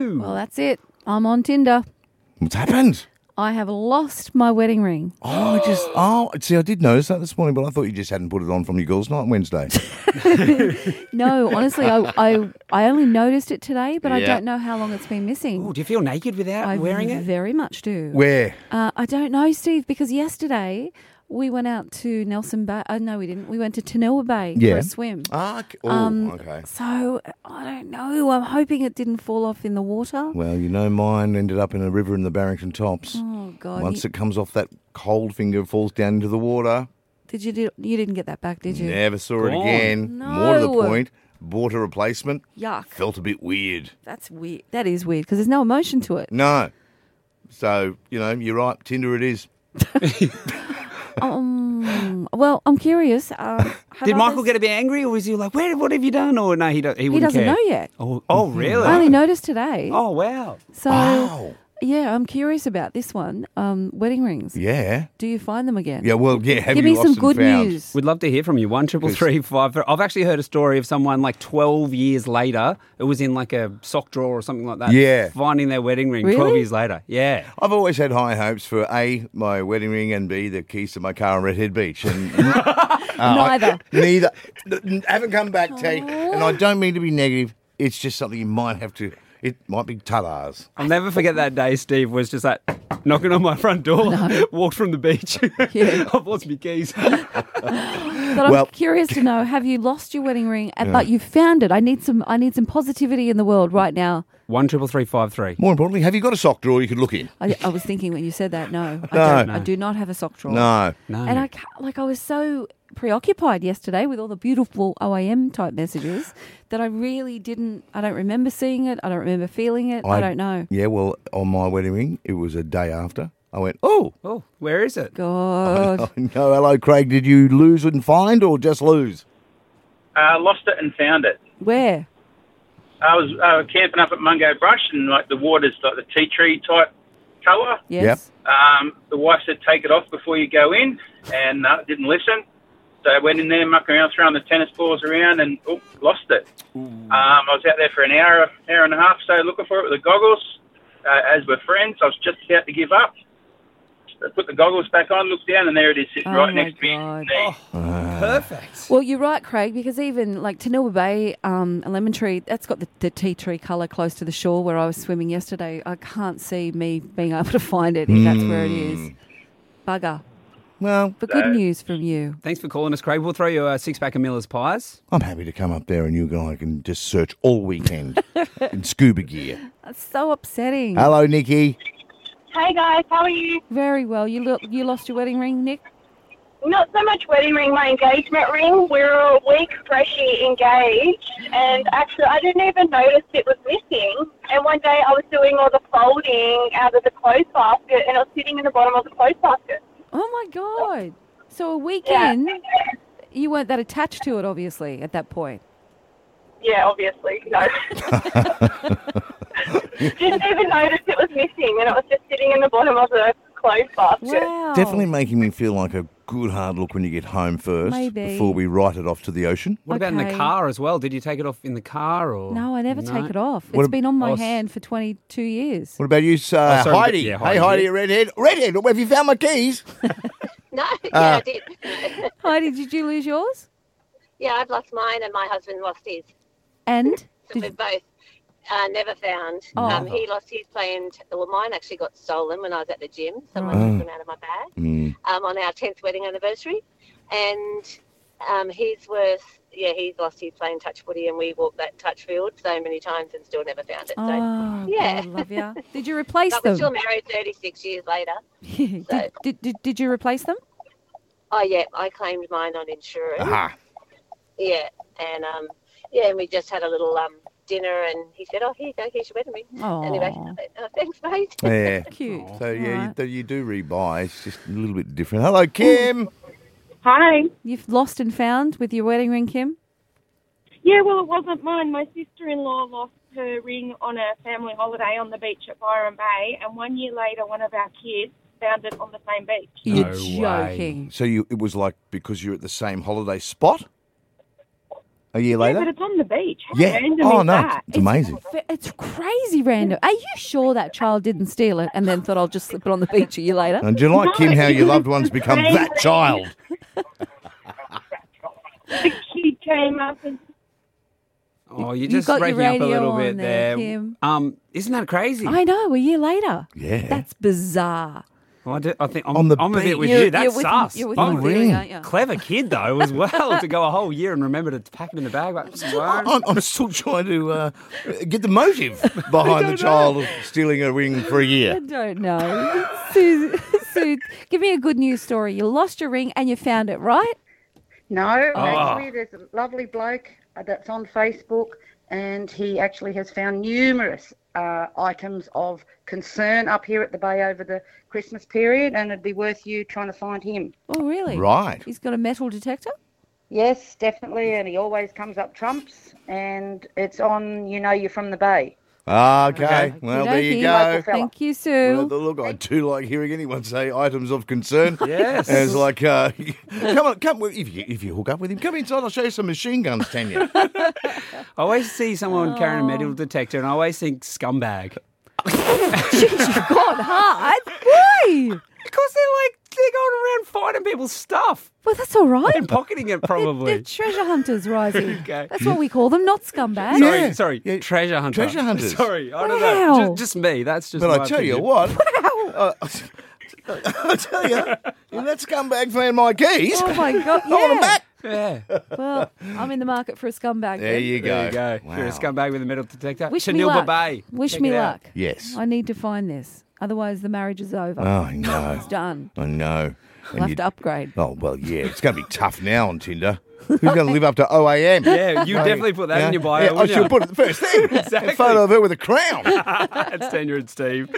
Well, that's it. I'm on Tinder. What's happened? I have lost my wedding ring. Oh, I just oh, see, I did notice that this morning, but I thought you just hadn't put it on from your girls' night Wednesday. No, honestly, I, I I only noticed it today, but I Yeah. don't know how long it's been missing. Ooh, do you feel naked without I wearing it? very much do. Where? Uh, I don't know, Steve, because yesterday we went out to Nelson Bay. Uh, no, we didn't. We went to Tanawa Bay for Yeah. a swim. Um, Ah, c- oh, okay. So I don't know. I'm hoping it didn't fall off in the water. Well, you know, mine ended up in a river in the Barrington Tops. Oh God! Once you, it comes off that cold finger, falls down into the water. did you do, you didn't get that back, did you? Never saw it Gone. again. More to the No. point, bought a replacement. Yuck! Felt a bit weird. That's weird. That is weird because there's no emotion to it. No. So, you know, you're right. Tinder it is. Um, well, I'm curious. Um, have Did Michael others- get a bit angry, or was he like, "Where? What have you done?" Or no, he don't, he, He wouldn't doesn't care. know yet. Oh, oh, really? I only noticed today. Oh, wow. So Wow. yeah, I'm curious about this one. Um, wedding rings. Yeah. Do you find them again? Yeah, well, yeah. Have Give you me some lost and good found? news. We'd love to hear from you. One triple three five. three- I've actually heard a story of someone like twelve years later. It was in like a sock drawer or something like that. Yeah. finding their wedding ring twelve Really? years later. Yeah. I've always had high hopes for A, my wedding ring, and B, the keys to my car on Redhead Beach. And uh, Neither. neither. n- Haven't come back, T. And I don't mean to be negative. It's just something you might have to. It might be Tada's. I'll never forget that day. Steve was just like knocking on my front door. Walked from the beach. Yeah. I've lost my keys. But I'm Well- curious to know: Have you lost your wedding ring? And, But you found it. I need some. I need some positivity in the world right now. One triple three five three. More importantly, have you got a sock drawer you could look in? I, I was thinking when you said that. No, I, No. don't, I do not have a sock drawer. No. No. And I ca like I was so preoccupied yesterday with all the beautiful OAM type messages that I really didn't. I don't remember seeing it. I don't remember feeling it. I, don't know. Yeah, well, on my wedding ring, it was a day after. I went, oh, Oh, where is it? God. no, hello, Craig. Did you lose and find or just lose? Uh, lost it and found it. Where? I was uh, camping up at Mungo Brush, and like the water's like the tea tree type colour. Yes. Um, the wife said, "Take it off before you go in," and uh, didn't listen. So I went in there, mucking around, throwing the tennis balls around, and oh, lost it. Um, I was out there for an hour, hour and a half, so looking for it with the goggles. Uh, as we're friends, I was just about to give up. I put the goggles back on, looked down, and there it is, sitting Oh right my next to me. God. Oh. Uh, Perfect. Well, you're right, Craig, because even like Tanilba Bay, um, a lemon tree, that's got the, the tea tree colour close to the shore where I was swimming yesterday. I can't see me being able to find it if that's where it is. Bugger. Well, But good news from you. Thanks for calling us, Craig. We'll throw you a six pack of Miller's pies. I'm happy to come up there and you and I can just search all weekend in scuba gear. That's so upsetting. Hello, Nikki. Hey guys, how are you? Very well. You look, you lost your wedding ring, Nick. Not so much wedding ring, my engagement ring. We were a week freshly engaged, and actually, I didn't even notice it was missing. And one day, I was doing all the folding out of the clothes basket, and it was sitting in the bottom of the clothes basket. Oh my god! So a Yeah, weekend, you weren't that attached to it, obviously, at that point. yeah, obviously, no. didn't even notice it was missing, and it was just sitting in the bottom of the clothes basket. Oh. Wow. Definitely making me feel like a good hard look when you get home first Maybe. before we write it off to the ocean. What about in Okay. the car as well? Did you take it off in the car or? No, I never take it off. It's What ab- been on my Oh, s- hand for 22 years. What about you, uh, Oh, sorry, Heidi? yeah, Hey, Heidi. Heidi, redhead. Redhead, have you found my keys? No, yeah, I did. Heidi, did you lose yours? yeah, I've lost mine and my husband lost his. And So did- we've both uh, never found. Um, he lost his plane. T- well, mine actually got stolen when I was at the gym. Someone took them out of my bag Mm. um, on our 10th wedding anniversary. And um, his was, yeah, he's lost his plane, touch woody, and we walked that touch field so many times and still never found it. So. oh, yeah. God, love ya. Did you replace but we're still them? married 36 years later. did, did, did, did you replace them? Oh, yeah, I claimed mine on insurance. Aha. Yeah, and um, yeah, and we just had a little um dinner, and he said, "Oh, here you go, here's your wedding ring." Anyway, Aw. I said, oh, thanks, mate. Yeah. Cute. So, yeah, you, Alright. though you do rebuy. It's just a little bit different. Hello, Kim. Hi. You've lost and found with your wedding ring, Kim. Yeah, well, it wasn't mine. My sister in law lost her ring on a family holiday on the beach at Byron Bay, and one year later, one of our kids found it on the same beach. No You're way. joking. So you, it was like because you're at the same holiday spot? a year Yeah, later. but it's on the beach. How Yeah. random Oh is no, it's, that? it's amazing. But It's crazy random. Are you sure that child didn't steal it and then thought I'll just slip it on the beach a year later? And do you like Kim? How your loved ones become Amazing. that child? The kid came up and Oh, you're You've just got your breaking up a radio little on bit there, there. Kim. Um, isn't that crazy? I know, a year later. Yeah. That's bizarre. I, do- I think I'm, On the I'm a beach. bit with You're- you. That's you're with- sus. you're with I'm me, with really, you. aren't you? Clever kid though, as well, to go a whole year and remember to pack it in the bag. Like, I'm, I'm still trying to uh, get the motive behind the child stealing a ring for a I year. don't know. Sue, Sue, give me a good news story. You lost your ring and you found it, right? No, Oh. actually, there's a lovely bloke uh, that's on Facebook, and he actually has found numerous uh, items of concern up here at the bay over the Christmas period, and it'd be worth you trying to find him. Oh, really? Right. He's got a metal detector? Yes, definitely, and he always comes up trumps, and it's on. You know, you're from the bay. Ah, Okay. Okay. Well, Okey there you dokey. go. fella. Thank you, Sue. Well, look, I do like hearing anyone say items of concern. Yes. And it's like, uh, come on, come with- if you if you hook up with him, come inside. I'll show you some machine guns, Tanya. I always see someone Oh. carrying a metal detector, and I always think scumbag. God, hard. Why? Because they're like they're going around finding people's stuff Well, that's all right. and pocketing it, probably. They're treasure hunters, rising. Okay. That's what we call them, not scumbags. Sorry, Yeah. sorry, Yeah. treasure hunter. Treasure hunters. Sorry, I don't know. Wow. Ju- Just, me. That's just. but my I tell you opinion. what, uh, I tell you, when that scumbag found my keys. Oh my god! Yeah. I want them back. Yeah. Well, I'm in the market for a scumbag. There then. you go. There you go. Wow. You're a scumbag with a metal detector. Wish me luck. Chenilpa Bay. Wish Check me it out. luck. Yes. I need to find this. Otherwise, the marriage is over. Oh, I know. It's done. I know. I'll have to upgrade. Oh well, yeah, it's going to be tough now on Tinder. Who's going to live up to OAM? Yeah, you definitely put that in your bio. Yeah, I wouldn't should you? put it the first thing. Exactly. A photo of her with a crown. it's Tanya and Steve.